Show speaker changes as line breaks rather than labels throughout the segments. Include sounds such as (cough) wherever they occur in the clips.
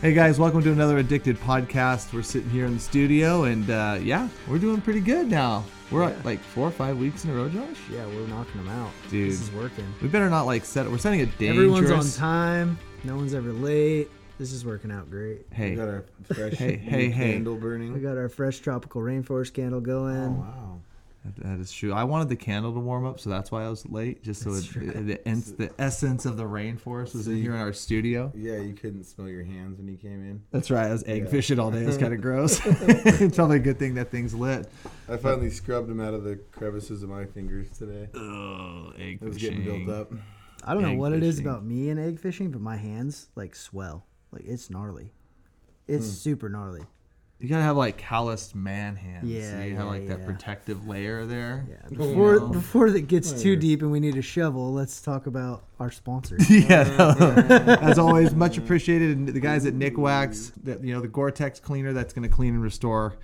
Hey guys, welcome to another Addicted podcast. We're sitting here in the studio, and uh, yeah, we're doing pretty good now. We're at
Yeah.
like four or five weeks in a row, Josh.
Yeah, we're knocking them out.
Dude.
This is working.
We better not like set. We're setting a dangerous.
Everyone's on time. No one's ever late. This is working out great.
We got
Hey,
our fresh
Hey, hey,
new
hey.
candle burning.
We got our fresh tropical rainforest candle
oh,
going.
wow.
that- that is true. I wanted the candle to warm up, so that's why I was late. Just so
That's
it,
true.
it- the, ens- the essence of the rainforest was in here in our studio.
Yeah, you couldn't smell your hands when you came in.
That's right. I was egg
Yeah.
fishing all day. It was (laughs) kind of gross. it's probably a good thing that thing's lit.
I finally scrubbed them out of the crevices of my fingers today.
Ugh, egg
It was getting built up.
I don't know
Egg
what it is
fishing.
about me and egg fishing, but my hands like swell. Like it's gnarly. It's super gnarly.
You gotta have like calloused man hands.
Yeah,
so you have
yeah,
like that
yeah.
protective layer there.
Yeah. Before
no.
before it gets too
Whatever.
deep and we need a shovel, let's talk about our sponsor.
(laughs)
(laughs)
Yeah, no. as always, much appreciated. And the guys at Nick Wax, that you know, the Gore-Tex cleaner that's going to clean and restore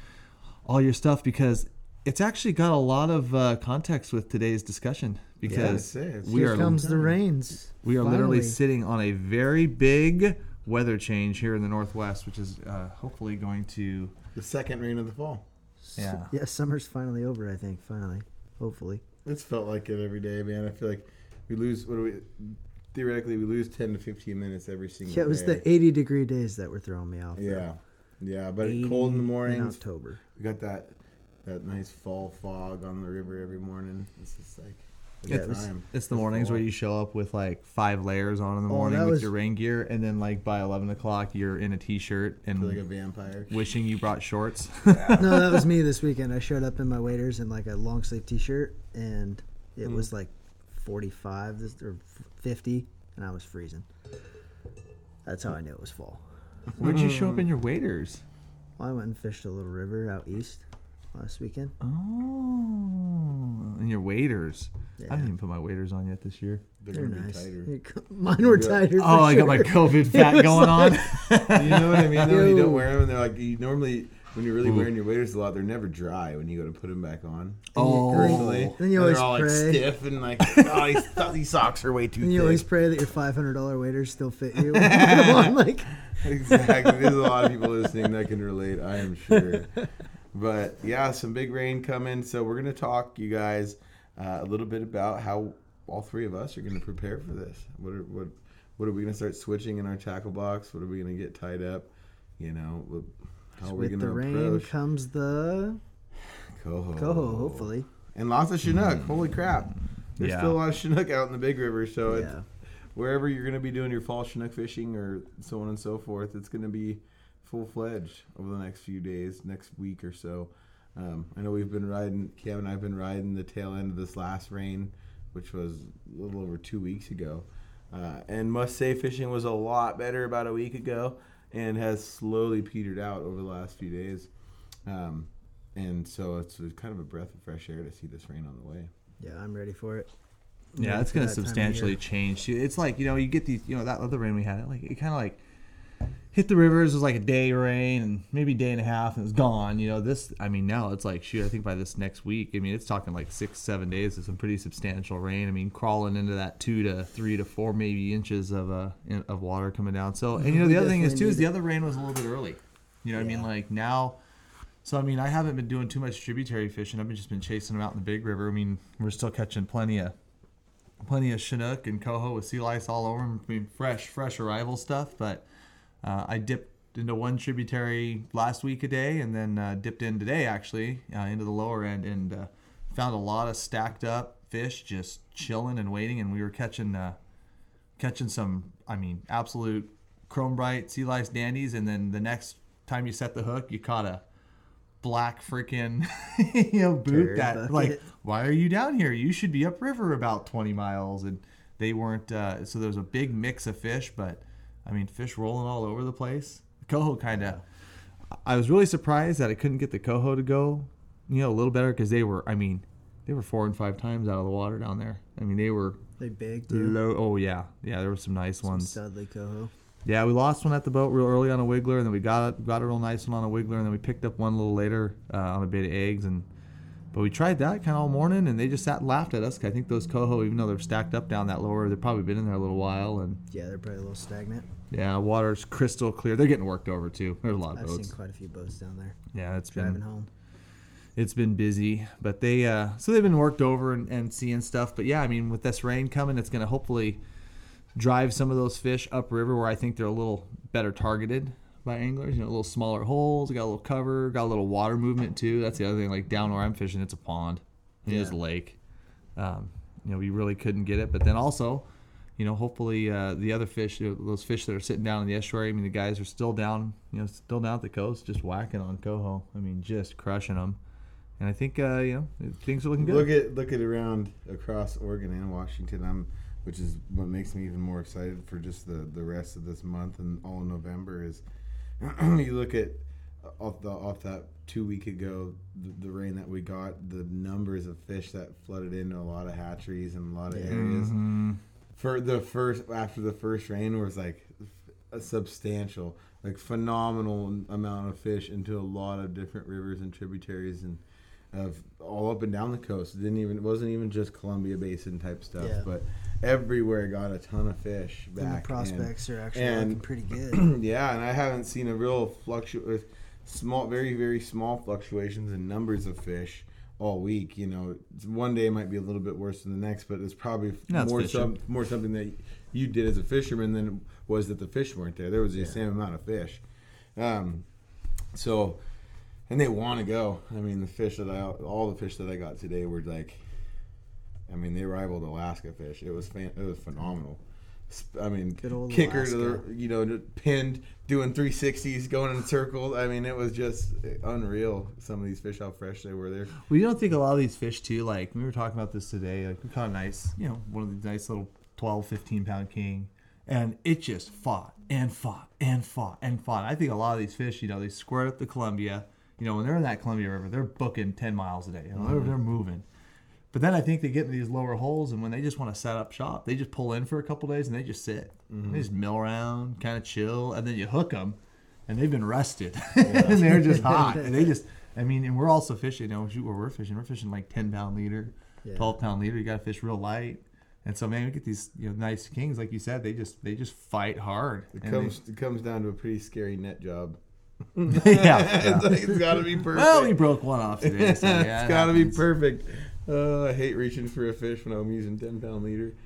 all your stuff because it's actually got a lot of uh, context with today's discussion because
Yeah, I'd say it's
we
Here
are
comes the rains.
we are literally
Finally.
sitting on a very big weather change here in the northwest, which is uh, hopefully going to
The second rain of the fall.
yeah.
Yeah, summer's finally over, I think. Finally. Hopefully.
It's felt like it every day, man. I feel like we lose, what do we, theoretically, we lose 10 to 15 minutes every single day.
Yeah, it was the 80 degree days that were throwing me off.
Yeah. Yeah, but it's cold in the
80
mornings.
October.
We got that that nice fall fog on the river every morning. It's just like,
Yeah,
the
it was-
time.
It's the mornings where you show up with like five layers on in the
Oh,
morning
that
with
was-
your rain gear, and then like by eleven o'clock you're in a t-shirt and
feel like a vampire.
wishing you brought shorts. (laughs)
no, that was me this weekend. I showed up in my waders and like a long sleeve t shirt, and it
Mm.
was like 45 this- or 50, and I was freezing. That's how I knew it was fall.
Where'd you show up in your waders?
Well, I went and fished a little river out east last weekend.
Oh, and Oh, your waders. I
Yeah.
didn't even put my waders on yet this year.
They're
They're
gonna be
nice.
tighter.
Mine were
Yeah.
tighter.
Oh,
for
I got my
sure.
COVID fat
was
going on.
you know what I mean? Though, when you
Yo.
don't wear them, and they're like you normally when you're really wearing your waders a lot, they're never dry when you go to put them back on. Personally,
oh,
Then you always
And they're all
pray.
like stiff and
(laughs)
like oh, these, oh, these socks are way too
And (laughs)
thick.
you
(laughs)
always pray that your $500 waders still fit
(laughs)
you. (laughs) when you put 'em on, like,
exactly. There's a lot
(laughs)
of people listening that can relate, I am sure. But yeah, some big rain coming. So we're gonna talk, you guys, uh, a little bit about how all three of us are gonna prepare for this. What are what what are we gonna start switching in our tackle box? What are we gonna get tied up? You know, what- how are we
with the
gonna
rain
approach Oh.
comes the
coho?
coho, hopefully.
and lots of Chinook. Holy crap! There's
Yeah.
still a lot of Chinook out in the Big River, so it's
Yeah.
wherever you're going to be doing your fall Chinook fishing or so on and so forth, it's going to be full fledged over the next few days, next week or so. Um, I know we've been riding, Cam and I've been riding the tail end of this last rain, which was a little over two weeks ago. Uh, and must say, fishing was a lot better about a week ago and has slowly petered out over the last few days. Um, and so it's kind of a breath of fresh air to see this rain on the way.
Yeah, I'm ready for it.
Yeah,
Yeah,
it's
for
going
that
to
time of
substantially change. too. It's like you know, you get these, you know, that other rain we had. Like it kind of like hit the rivers. It was like a day rain and maybe day and a half, and it's gone. You know, this. I mean, now it's like shoot. I think by this next week, I mean, it's talking like six, seven days of some pretty substantial rain. I mean, crawling into that two to three to four maybe inches of uh in- of water coming down. So, and you know, the other thing is
Definitely
too is
need
the other rain was a little bit early. You know, what I mean,
Yeah.
like now. So I mean, I haven't been doing too much tributary fishing. I've been just been chasing them out in the Big River. I mean, we're still catching plenty of plenty of Chinook and coho with sea lice all over them. I mean, fresh, fresh arrival stuff. But uh, I dipped into one tributary last week a day, and then uh, dipped in today actually uh, into the lower end and uh, found a lot of stacked up fish just chilling and waiting. And we were catching uh, catching some, I mean, absolute chrome bright sea lice dandies. And then the next time you set the hook, you caught a black freaking (laughs) you know boot
Dirt
that
bucket.
like why are you down here you should be upriver about 20 miles and they weren't uh, so there was a big mix of fish but i mean fish rolling all over the place coho kind of i was really surprised that i couldn't get the coho to go you know a little better because they were i mean they were four and five times out of the water down there i mean they were
They big, dude.
low oh yeah yeah there were some nice ones
Studley coho.
yeah, we lost one at the boat real early on a wiggler, and then we got got a real nice one on a wiggler, and then we picked up one a little later uh, on a bit of eggs. And but we tried that kind of all morning, and they just sat and laughed at us. 'cause I think those coho, even though they're stacked up down that lower, they've probably been in there a little while. And
Yeah, they're probably a little stagnant.
Yeah, water's crystal clear. They're getting worked over too. There's a lot of
I've
boats.
seen quite a few boats down there
Yeah, it's
driving
been
home.
it's been busy, but they uh so they've been worked over and, and seeing stuff. But yeah, I mean with this rain coming, it's gonna hopefully drive some of those fish upriver where I think they're a little better targeted by anglers. You know, a little smaller holes, got a little cover, got a little water movement too. That's the other thing. Like down where I'm fishing, it's a pond. It is a lake. Um, you know, we really couldn't get it. But then also, you know, hopefully uh, the other fish, you know, those fish that are sitting down in the estuary. I mean, the guys are still down, you know, still down at the coast, just whacking on coho. I mean, just crushing them. And I think uh, you know things are looking good.
Look at look at around across Oregon and Washington. I'm, which is what makes me even more excited for just the the rest of this month and all of November is. (clears throat) you look at off the off that two week ago the, the rain that we got the numbers of fish that flooded into a lot of hatcheries and a lot of areas
Mm-hmm.
for the first after the first rain was like a substantial like phenomenal amount of fish into a lot of different rivers and tributaries and of all up and down the coast it didn't even it wasn't even just columbia basin type stuff
Yeah.
but everywhere got a ton of fish back
And the
and-
prospects are actually
and-
looking pretty
(laughs)
good.
(clears throat) yeah, and I haven't seen a real fluctuation, small, very, very small fluctuations in numbers of fish all week. You know, It's- one day might be a little bit worse than the next, but it's probably
No, it's
more
fishing.
some, more something that you did as a fisherman than it was that the fish weren't there. There was the same amount of fish, um, so and they want to go. I mean, the fish that I all the fish that I got today were like, I mean, they rivaled Alaska fish. It was fan, it was phenomenal. Sp- I mean,
Good old
kicker to
Alaska.
the you know just pinned, doing three sixties, going in circles. I mean, it was just eh, unreal. Some of these fish, how fresh they were. There,
We don't think a lot of these fish too. Like we were talking about this today. Like we caught a nice, you know, one of these nice little 12, 15 pound king, and it just fought and fought and fought and fought. I think a lot of these fish, you know, they squirt up the Columbia. You know, when they're in that Columbia River, they're booking ten miles a day. You know, they're, they're moving. But then I think they get into these lower holes, and when they just want to set up shop, they just pull in for a couple days and they just sit. They just mill around, kind of chill, and then you hook them, and they've been rusted, (laughs) and they're just hot, and they just. I mean, and we're also fishing. You know, shoot, where we're fishing, we're fishing like ten pound leader,
Yeah.
twelve pound leader. You got to fish real light, and so man, we get these you know nice kings, like you said. They just they just fight hard.
it
and they-
comes it comes down to a pretty scary net job.
(laughs)
(laughs)
yeah.
it's, like, it's got to be
(laughs)
perfect.
Well,
(laughs)
we broke one off today. So yeah,
it's
it
got to be
happens.
perfect. Oh, I hate reaching for a fish when I'm using ten
(laughs)
pound leader.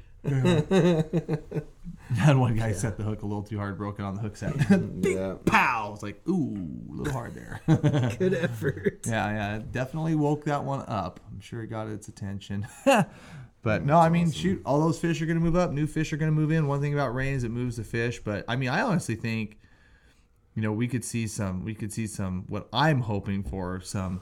Had one guy set the hook a little too hard, broke it on the hook
(laughs)
set. Big
Yeah.
pow! It's like ooh, a little hard there. (laughs)
good effort.
yeah, yeah, it definitely woke that one up. I'm sure it got its attention. (laughs) but no, I mean, shoot, all those fish are going to move up. New fish are going to move in. One thing about rain is it moves the fish. But I mean, I honestly think, you know, we could see some. We could see some. What I'm hoping for some.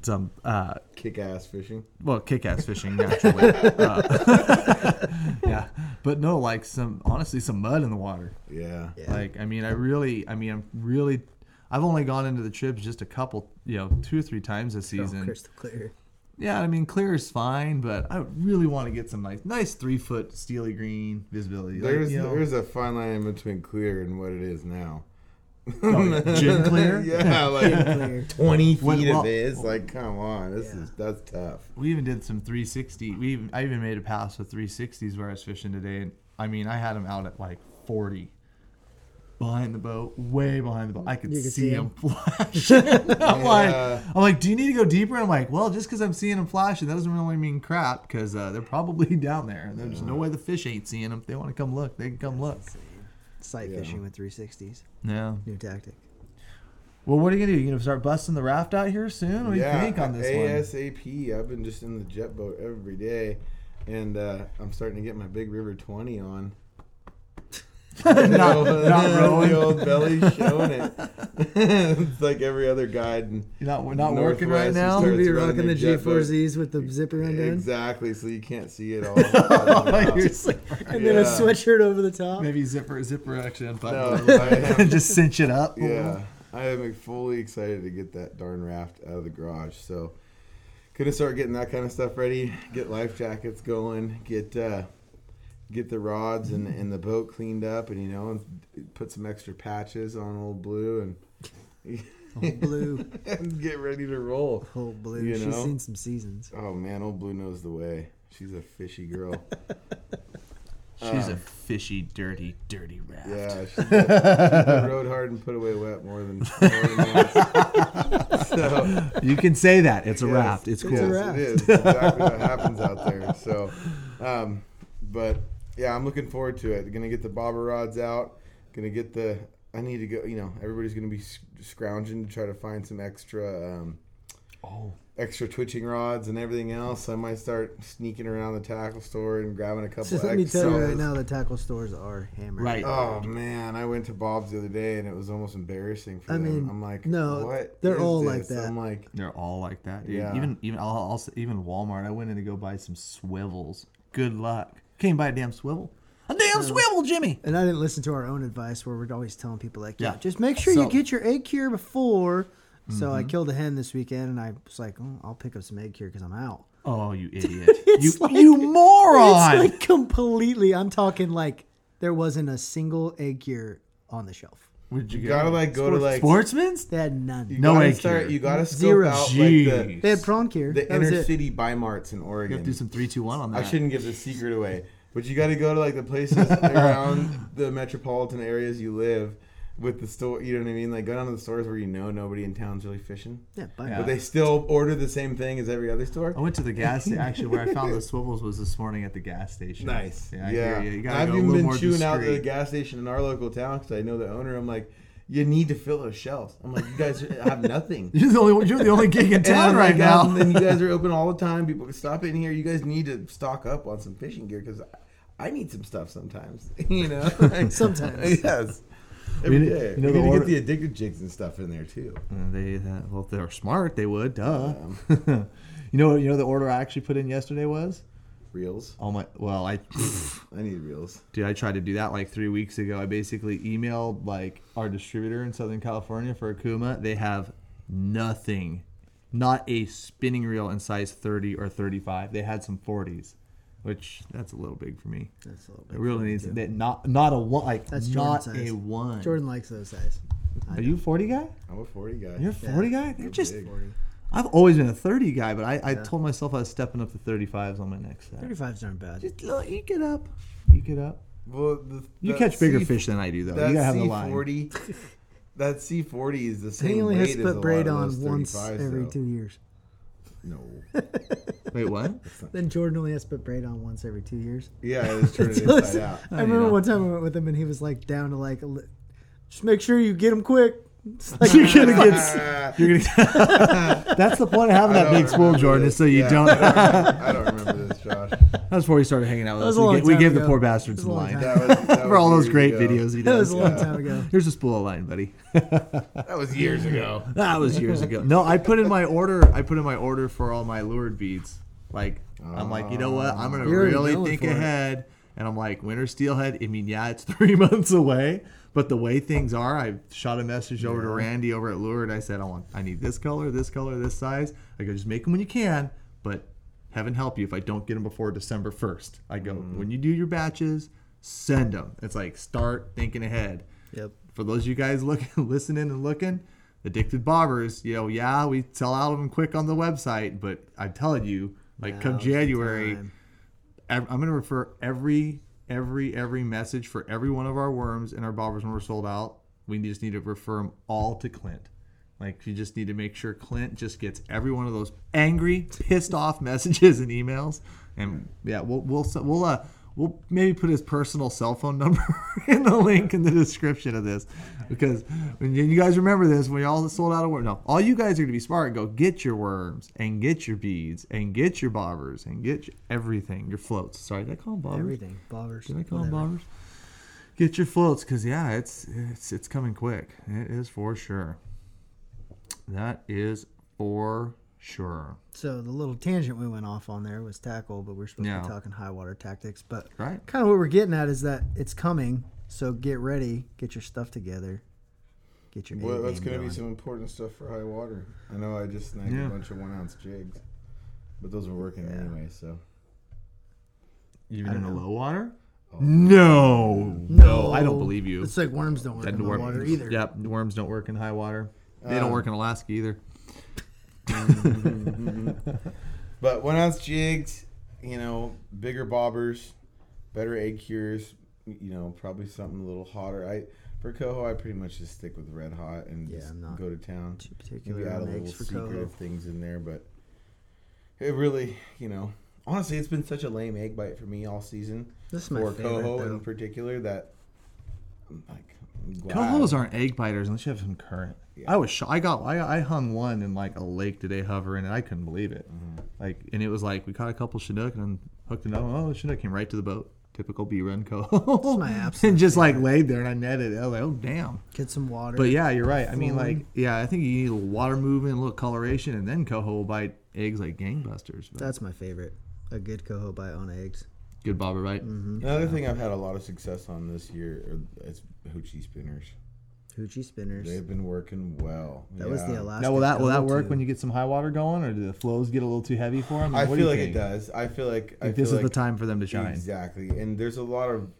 Some uh,
Kick ass fishing.
well, kick-ass fishing naturally. Uh, (laughs) yeah, but no, like some honestly, some mud in the water.
Yeah.
(laughs) Yeah.
Like, I mean, I really, I mean, I'm really, I've only gone into the trips just a couple, you know, two or three times this
Oh,
season.
crystal
(laughs)
clear.
yeah, I mean, clear is fine, but I really want to get some nice, nice three foot steely green visibility. Like,
There's
you know,
there's a fine line between clear and what it
(laughs)
is now.
gin clear.
(laughs) yeah, like
Clear.
(laughs) twenty feet
When- well-
of it. It's like, come on, this
Yeah.
is that's tough.
We even did some 360. We even, I even made a pass with 360s where I was fishing today, and I mean, I had them out at like 40. Behind the boat, way behind the boat, I could,
You could
see
see
them flash. (laughs) I'm like,
Yeah.
I'm like, do you need to go deeper? And I'm like, well, just because I'm seeing them flashing, that doesn't really mean crap because uh, they're probably (laughs) down there. And there's no way the fish ain't seeing them. If they want to come look, they can come look.
Sight
Yeah.
fishing with 360s.
Yeah.
New tactic.
Well, what are you gonna do? You gonna start busting the raft out here soon? What do
yeah,
you think on this one?
ASAP. I've been just in the jet boat every day, and uh, I'm starting to get my Big River 20 on.
(laughs) Not- not rowing.
(laughs) the old belly
(laughs)
showing it. (laughs) it's like every other guide. And
You're not, we're not working right
Northwest,
now.
you
You'll
Starts
be
running
rocking the
their jet boat.
G4Zs with the zipper undone,
exactly, so you can't
(laughs)
see it all.
You're
and then a
Yeah.
sweatshirt over the top.
Oh, (laughs) Maybe zipper zipper action
No,
button (laughs)
I am-
just cinch it up.
Yeah, I am fully excited to get that darn raft out of the garage. So, gonna start getting that kind of stuff ready. Get life jackets going. Get uh, get the rods and, and the boat cleaned up, and you know, and put some extra patches on old blue,
Old
(laughs)
blue,
and, (laughs) and get ready to roll.
old blue.
You
She's
know?
seen some seasons.
Oh man, old blue knows the way. She's a fishy girl.
She's a fishy, dirty, dirty rat.
Yeah, she rode hard and put away wet more than. More than once. so,
You can say that. It's a
yes,
raft. It's
yes,
cool.
raft.
It is It's exactly what happens out there. So, um, but yeah, I'm looking forward to it. Gonna get the bobber rods out. Gonna get the. I need to go. You know, everybody's gonna be sc- scrounging to try to find some extra. Um,
Oh.
Extra twitching rods and everything else. I might start sneaking around the tackle store and grabbing a couple.
Just let me tell you right
extras.
now, the tackle stores are hammered.
Right.
Oh man, I went to Bob's the other day and it was almost embarrassing for
I
them.
mean,
I'm like,
no,
what
they're
is
all like
this? I'm
that.
like,
They're all like that, dude.
Yeah.
Even even I'll, I'll, s- even Walmart. I went in to go buy some swivels. Good luck. Can't even buy a damn swivel. A damn swivel, Jimmy.
And I didn't listen to our own advice where we're always telling people like, yeah,
Yeah.
just make sure
So-
you get your egg cure before. So
Mm-hmm.
I killed a hen this weekend, and I was like, oh, I'll pick up some egg cure because I'm out.
Oh, (laughs) you idiot! you
It's like-
you moron!
It's like completely. I'm talking like there wasn't a single egg cure on the shelf.
Where'd you get
you gotta
it?
like go to like
Sportsman's?
They had none.
You
No
gotta
egg
start.
cure.
You gotta scope
Zero.
out like
Jeez.
they had prawn cure.
the, the
that was
inner
it.
city buy marts in
You
Oregon.
have to do some three, two, one on
I
that.
shouldn't give the secret away, but you gotta go to like
(laughs)
the places around the metropolitan areas you live with the store. You know what I mean? Like go down to the stores where you know nobody in town's really fishing,
Yeah, buy
Yeah. Oh,
but they still order the same thing as every other store.
I went to the gas station. Actually, where I found the swivels was this morning at the gas station.
Nice.
Yeah, I hear you. You gotta
I've
go a
even
little
been
more
chewing out the
discreet.
gas station in our local town because I know the owner. I'm like, you need to fill those shelves. I'm like, you
(laughs)
guys have nothing.
(laughs) You're the only you're the only gig in
(laughs) And I'm
town right
like,
now. (laughs)
"Um, and you guys are open all the time. People can stop in here. You guys need to stock up on some fishing gear because I, I need some stuff sometimes. (laughs)
(laughs)
you know, Like,
Sometimes.
yes.
mean,
Every
you
day.
know,
we
the
need to
order-
get the addicted jigs and stuff in there too.
Uh, they uh, well, if they were smart, they would. Duh.
Um.
(laughs) you know, you know the order I actually put in yesterday was.
Reels.
Oh my! Well, I
I need reels.
dude, I tried to do that like three weeks ago. I basically emailed like our distributor in Southern California for Akuma. They have nothing, not a spinning reel in size 30 or 35. They had some 40s, which that's a little big for me.
That's a little
It
bit.
really needs that not not a one like
That's Jordan
not
size.
a one.
Jordan likes those guys.
Are you 40 guy?
I'm a 40 guy.
You're a 40 guy? They're just
big.
I've always been a 30 guy, but I, I told myself I was stepping up to 35s on my next set.
35s aren't bad.
Just look, eke it up. Eke it up.
Well, the,
You
that
catch bigger
C-
fish than I do, though.
That
You gotta have the line.
C40. (laughs) that C40 is the same.
He only has
weight
to
as a
put
lot
braid
of
on
those
once
35s,
every
though.
two years.
No.
Wait, what?
Then Jordan only has to put braid on once every two years.
Yeah, I
(laughs)
just turn it
Until it's-
inside out.
I remember
know.
one time I went with him and he was like down to like, a li- just make sure you get him quick. It's
(laughs)
like,
You're
(laughs)
gonna get.
Ah,
(laughs)
(laughs)
You're gonna. (laughs) That's the point of having that
I don't
big spool,
remember
Jordan,
this.
is so you
Yeah,
don't. (laughs) That's
(laughs) I don't remember this, Josh.
before we started hanging out with
That
us.
was a long
We, gave- we
time
gave the
ago.
poor
That
bastards
was a long
line
time
That was, that
(laughs) for all
was
those
years
great
ago.
videos he
that was
does.
a long
Yeah.
time ago.
Here's a spool of line, buddy.
That was years ago.
That was years ago. No, I put in my order. I put in my order for all my lured beads. Like I'm like, you know what? I'm gonna
You're
really
going
think
for it.
ahead. And I'm like, winter steelhead. I mean, yeah, it's (laughs) three months away, but the way things are, I shot a message over to Randy over at Lured. I said, I want, I need this color, this color, this size. I go, just make them when you can, but heaven help you if I don't get them before December 1st. I go, when you do your batches, send them. It's like start thinking ahead
Yep.
for those of you guys (laughs) looking, listening and looking, addicted bobbers, you know, yeah, we sell out of them quick on the website, but I'm telling you, like come
Now's the
January,
time.
ev- I'm gonna refer every every every message for every one of our worms and our bobbers when we're sold out. We just need to refer them all to Clint. Like you just need to make sure Clint just gets every one of those angry, pissed off messages and emails. And yeah, we'll we'll s- we'll uh, we'll maybe put his personal cell phone number (laughs) in the link in the description of this because when you you guys remember this when y'all sold out of worms. No, all you guys are gonna be smart. and Go get your worms and get your beads and get your bobbers and get your- everything. Your floats. Sorry, did I call them bobbers?
Everything. Bobbers.
Did I call
whatever.
them bobbers? Get your floats, cause yeah, it's it's it's coming quick. It is for sure. That is for sure.
So the little tangent we went off on there was tackle, but we're supposed to
Yeah.
be talking high water tactics. But
Right.
kind of what we're getting at is that it's coming. So get ready, get your stuff together, get your.
Well,
A
that's
game
going to be
going.
some important stuff for high water. I know I just snagged
Yeah.
a bunch of one ounce jigs, but those were working anyway, so.
Even in the low water? No.
No.
I don't believe you.
It's like worms don't work in the
worm-
water either.
Yep, worms don't work in high water. They don't
Um,
work in Alaska either.
But one ounce jigs, you know, bigger bobbers, better egg cures. You know, probably something a little hotter. I for coho, I pretty much just stick with red hot and
Yeah,
just
I'm not
go to town.
Too
Maybe
particular
add a
on
little
eggs for
secretive
coho.
things in there, but it really, you know, honestly, it's been such a lame egg bite for me all season.
This is my
For
favorite.
coho
though.
in particular, that I'm like I'm glad.
Cohos aren't egg biters unless you have some current.
Yeah.
I was sho I got I, I hung one in like a lake today hovering and I couldn't believe it.
Mm-hmm.
Like and it was like we caught a couple chinook and hooked another one. Oh, the chinook came right to the boat. Typical B run coho. (laughs)
my absolute
and just like laid there and I netted it. I was like, oh damn.
Get some water.
But yeah, you're right. I mean
Fawn.
like yeah, I think you need a little water movement, a little coloration, and then coho will bite eggs like gangbusters. But
That's my favorite. A good coho bite on eggs.
good bobber bite.
Mm-hmm.
Another thing I've had a lot of success on this year are, is hoochie spinners.
Hoochie spinners.
They've been working well.
that was the
Yeah.
Alaska.
Now will that will that work
go-to.
when you get some high water going or do the flows get a little too heavy for them?
I feel like it does. I feel like I
Like this
feel
is
like
the time for them to shine.
Exactly. And there's a lot of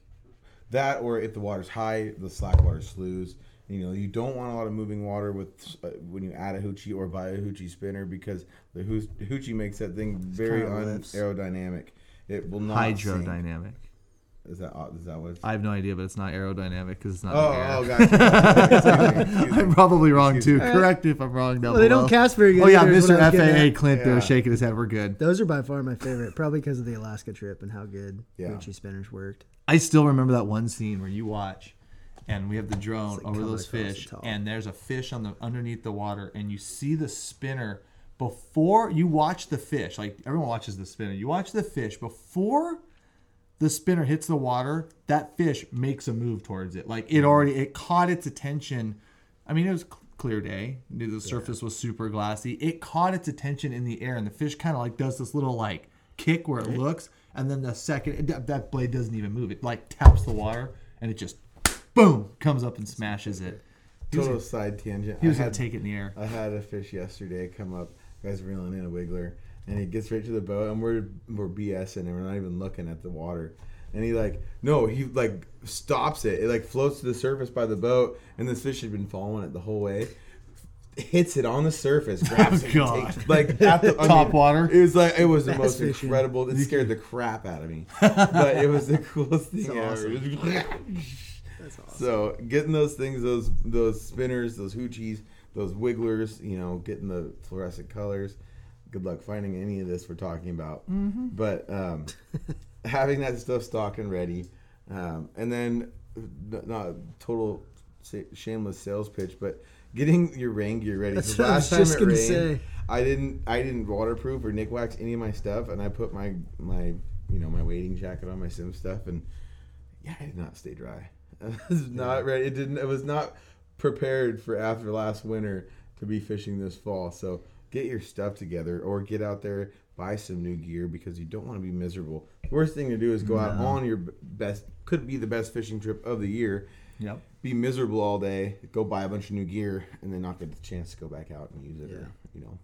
that, or if the water's high, the slack water sloughs. You know, you don't want a lot of moving water with uh, when you add a hoochie or buy a hoochie spinner because the hoo- hoochie makes that thing very
kinda
un-
lifts.
aerodynamic. It will not. Hydrodynamic.
Hydrodynamic.
Is that is that what? It's-
I have no idea, but it's not aerodynamic because it's not.
oh,
in the air.
oh, gotcha. Excuse
(laughs)
me.
I'm probably wrong too. Correct me if I'm wrong. Down
Well, they don't
below.
cast very good
Oh yeah,
either, is what
Mr.
I was getting at.
FAA Clint
Yeah.
there shaking his head. We're good.
Those are by far my favorite, probably because of the Alaska trip and how good
Yeah.
Hoochie spinners worked.
I still remember that one scene where you watch, and we have the drone
like
over
coming
those
across the
fish,
top.
and there's a fish on the underneath the water, and you see the spinner before you watch the fish. Like everyone watches the spinner, you watch the fish before the spinner hits the water. That fish makes a move towards it. Like it already it caught its attention. I mean, it was cl- clear day. The surface was super glassy. It caught its attention in the air, and the fish kind of like does this little like kick where it looks, and then the second that, that blade doesn't even move. It like taps the water, and it just boom comes up and smashes it. He was,
Total side tangent.
he was
I
gonna
had
take it in the air.
I had a fish yesterday come up. Guys reeling in a wiggler, and he gets right to the boat, and we're we're BSing, and we're not even looking at the water. And he like no, he like stops it. It like floats to the surface by the boat, and this fish had been following it the whole way. Hits it on
(laughs)
the surface, grabs it, and
Oh, God.
takes, like
(laughs)
at the I
Top water.
It was like it was the
Bass
most
fishing.
incredible.
(laughs)
It scared the crap out of me, but it was the coolest thing
That's
ever. (laughs)
That's awesome.
So getting those things, those those spinners, those hoochies, those wigglers, you know, getting the fluorescent colors. Good luck finding any of this we're talking about.
Mm-hmm.
But
(laughs)
um, having that stuff stocked and ready, um, and then n- not a total sa- shameless sales pitch, but getting your rain gear ready.
That's
'Cause
what I was just gonna say.
I didn't I didn't waterproof or nick wax any of my stuff, and I put my my you know my wading jacket on my sim stuff, and yeah, I did not stay dry. (laughs) I was not ready. It didn't. It was not prepared for after last winter to be fishing this fall. So get your stuff together, or get out there buy some new gear because you don't want to be miserable. The worst thing to do is go out on your b- best could be the best fishing trip of the year.
Yep.
Be miserable all day, go buy a bunch of new gear, and then not get the chance to go back out and use it.
Yeah.
Or, you know,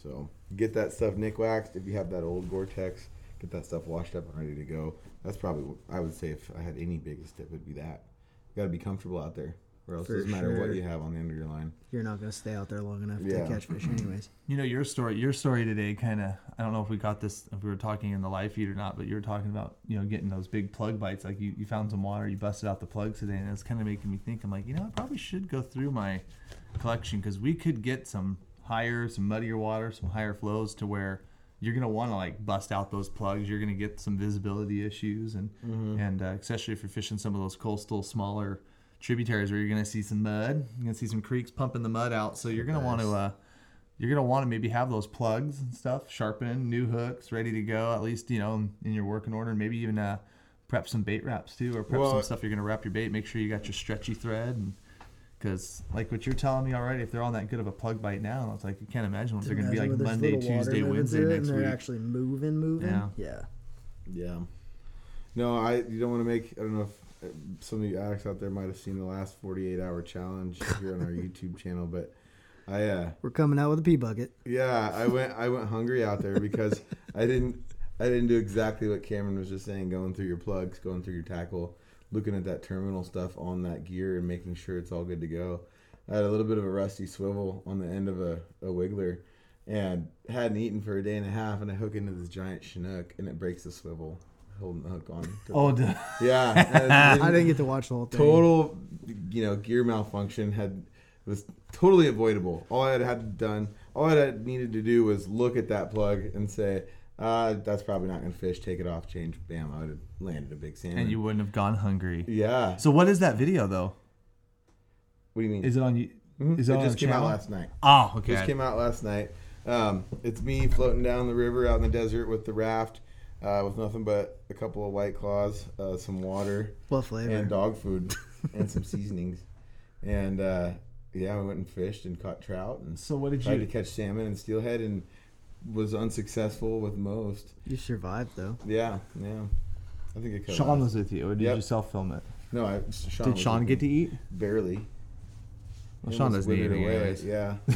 so get that stuff nick waxed. If you have that old Gore-Tex, get that stuff washed up and ready to go. That's probably what I would say if I had any biggest tip would be that. You got to be comfortable out there, or else
For
it doesn't matter
sure.
what you have on the end of your line.
You're not going to stay out there long enough
Yeah.
to
(clears throat)
catch fish, anyways.
You know your story. Your story today, kind of. I don't know if we got this, if we were talking in the live feed or not, but you were talking about you know getting those big plug bites. Like you, you found some water, you busted out the plugs today, and it's kind of making me think. I'm like, you know, I probably should go through my collection because we could get some higher, some muddier water, some higher flows to where you're gonna want to like bust out those plugs. You're gonna get some visibility issues, and and uh, especially if you're fishing some of those coastal smaller tributaries where you're gonna see some mud, you're gonna see some creeks pumping the mud out. So you're gonna want to. uh you're gonna want to maybe have those plugs and stuff sharpened, new hooks ready to go. At least you know in your working order, and maybe even uh, prep some bait wraps too, or prep
Well-
some stuff you're gonna wrap your bait. Make sure you got your stretchy thread, and because like what you're telling me already, if they're on that good of a plug bite now, it's like you can't imagine what they're gonna be
Imagine
like
when there's
Monday,
little water
Tuesday,
moving
Wednesday
through it,
next
And
week.
they're actually moving, moving.
Yeah.
yeah.
Yeah. No, I. You don't want to make. I don't know if uh, some of you addicts out there might have seen the last 48 hour challenge here on our (laughs) YouTube channel, but I. uh
We're coming out with a
(laughs)
pea bucket.
Yeah, I went I went hungry out there because I didn't I didn't do exactly what Cameron was just saying, going through your plugs, going through your tackle, looking at that terminal stuff on that gear and making sure it's all good to go. I had a little bit of a rusty swivel on the end of a, a wiggler and hadn't eaten for a day and a half and I hook into this giant chinook and it breaks the swivel. holding the hook on. to-
Oh, dude.
yeah, that's-
I didn't get to watch the whole thing.
total, you know, gear malfunction had was totally avoidable. All I had had done, all I had needed to do was look at that plug and say, uh, "That's probably not going to fish." Take it off, change. Bam, I would have landed a big salmon.
and you wouldn't have gone hungry.
yeah.
So what is that video though?
What do you mean?
Is it on? you?
Mhm.
Is it,
it
on
just
our
came out
channel?
last night.
Oh, okay.
Just came out last night. Um, it's me floating down the river out in the desert with the raft, uh, with nothing but a couple of white claws, uh, some water,
What flavor?
uh,
and dog food, and some (laughs) seasonings. And uh, yeah, we went and fished and caught trout and
so what did
tried to
you?
catch salmon and steelhead and was unsuccessful with most.
you survived though.
(laughs)
Yeah, yeah. I think it cut
Sean
out.
was with you, or did
Yep.
you self film it?
No, I, Sean
Did
was
Sean
with
get
me.
to eat?
barely?
Well,
He
Sean
almost
doesn't eat
withered
anything
away.
anyways.
Yeah,
(laughs)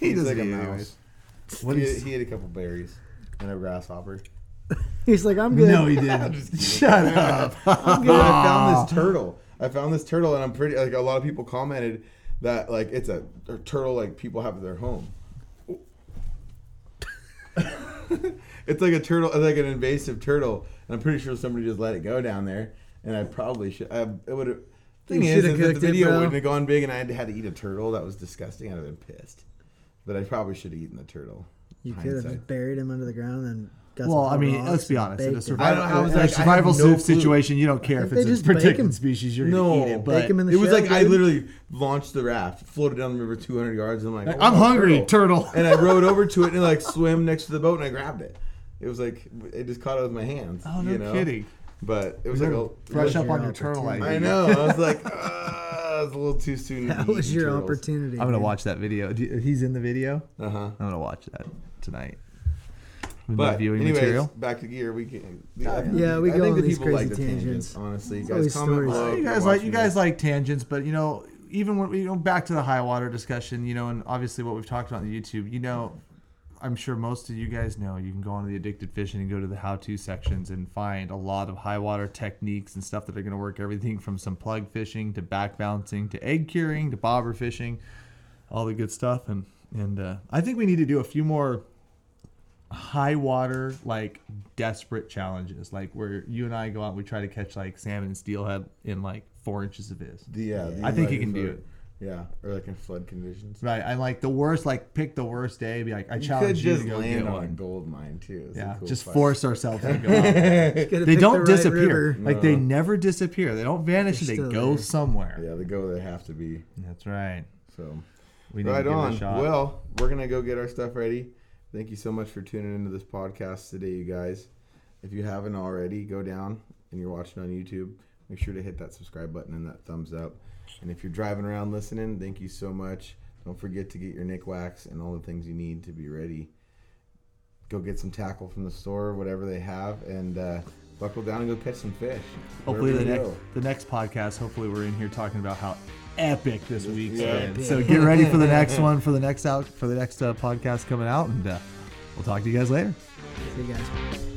He
He's
doesn't
like a
eat
mouse.
anyways.
What
What
he,
is-
he ate a couple berries and a grasshopper.
He's like, I'm
(laughs)
good.
No, (laughs)
(laughs)
he didn't. Shut up.
(laughs) I'm good. I found
Ah.
this turtle. I found this turtle, and I'm pretty like a lot of people commented that like it's a, a turtle like people have at their home. (laughs) it's like a turtle, it's like an invasive turtle, and I'm pretty sure somebody just let it go down there. And I probably should. I, it would have. Thing
You
is,
shoulda
is that the
cooked it,
video
bro.
wouldn't have gone big, and I had had to eat a turtle. That was disgusting. I'd have been pissed. But I probably should have eaten the turtle.
You could have
Hindsight.
just buried him under the ground and got
Well,
some
I mean, let's
hot rocks
be
and
honest. In
baked
a
him.
survival,
(laughs)
I don't know how
in
it's
a
like, I have
survival
no
si-
clue.
situation, you don't care if
think they
it's a
just bake 'em.
protected species. You're
No,
gonna eat it.
Bake
But
'em in the
it was
shell,
like I
dude.
literally launched the raft, floated down the river 200 yards, and I'm like,
Like,
"Oh,
I'm
wow,
hungry, turtle. (laughs)
and I rowed over to it and it, like swam next to the boat and I grabbed it. It was like I just caught it with my hands.
Oh, no
you know?
kidding.
But it was like
You're
a
fresh
was
up on
your
your turtle
opportunity.
idea.
I know. I
(laughs)
was like, ah, it's a little too soon.
That was your opportunity.
I'm gonna
dude.
watch that video. Do you- He's in the video.
Uh huh.
I'm gonna watch that tonight.
But
viewing
anyways,
material. Oh,
back to gear. We can.
Yeah, we
I
go
think
on
the
these
people like
crazy
the
tangents.
Honestly,
all
guys,
these
comment
stories.
below.
you
if you're
guys like you
watching
guys
this.
like tangents, but you know, even when you know back to the high water discussion, you know, and obviously what we've talked about on YouTube, you know, I'm sure most of you guys know you can go on to the addicted fishing and go to the how-to sections and find a lot of high water techniques and stuff that are going to work everything from some plug fishing to back bouncing to egg curing to bobber fishing, all the good stuff. And and uh, I think we need to do a few more high water like desperate challenges like where you and i go out and we try to catch like salmon and steelhead in like four inches of this
The, yeah, the
I think you
invited
can do
vote. Yeah, or like in flood conditions.
right i like the worst like pick the worst day be like i
You could
challenge you
just
to go
land
get
on a
one
gold mine too. It's a
yeah
cool
just
fight.
force ourselves to
(laughs)
go out.
(laughs) Gotta
they
pick
don't
the right
disappear
river.
like they never disappear they don't vanish
They're
they
still
go
there.
somewhere
Yeah, they go where they have to be.
that's right
So
we
right
give it a
on.
shot.
Well, we're gonna go get our stuff ready. Thank you so much for tuning into this podcast today, you guys. If you haven't already, go down and you're watching on YouTube. Make sure to hit that subscribe button and that thumbs up. And if you're driving around listening, thank you so much. Don't forget to get your Nick wax and all the things you need to be ready. Go get some tackle from the store, whatever they have, and uh, buckle down and go catch some fish.
hopefully the
Wherever
next
you go.
the next podcast hopefully we're in here talking about how epic this week's
Yeah.
been so get ready (laughs) for the next one for the next out for the next uh, podcast coming out and uh, we'll talk to you guys later
See you guys.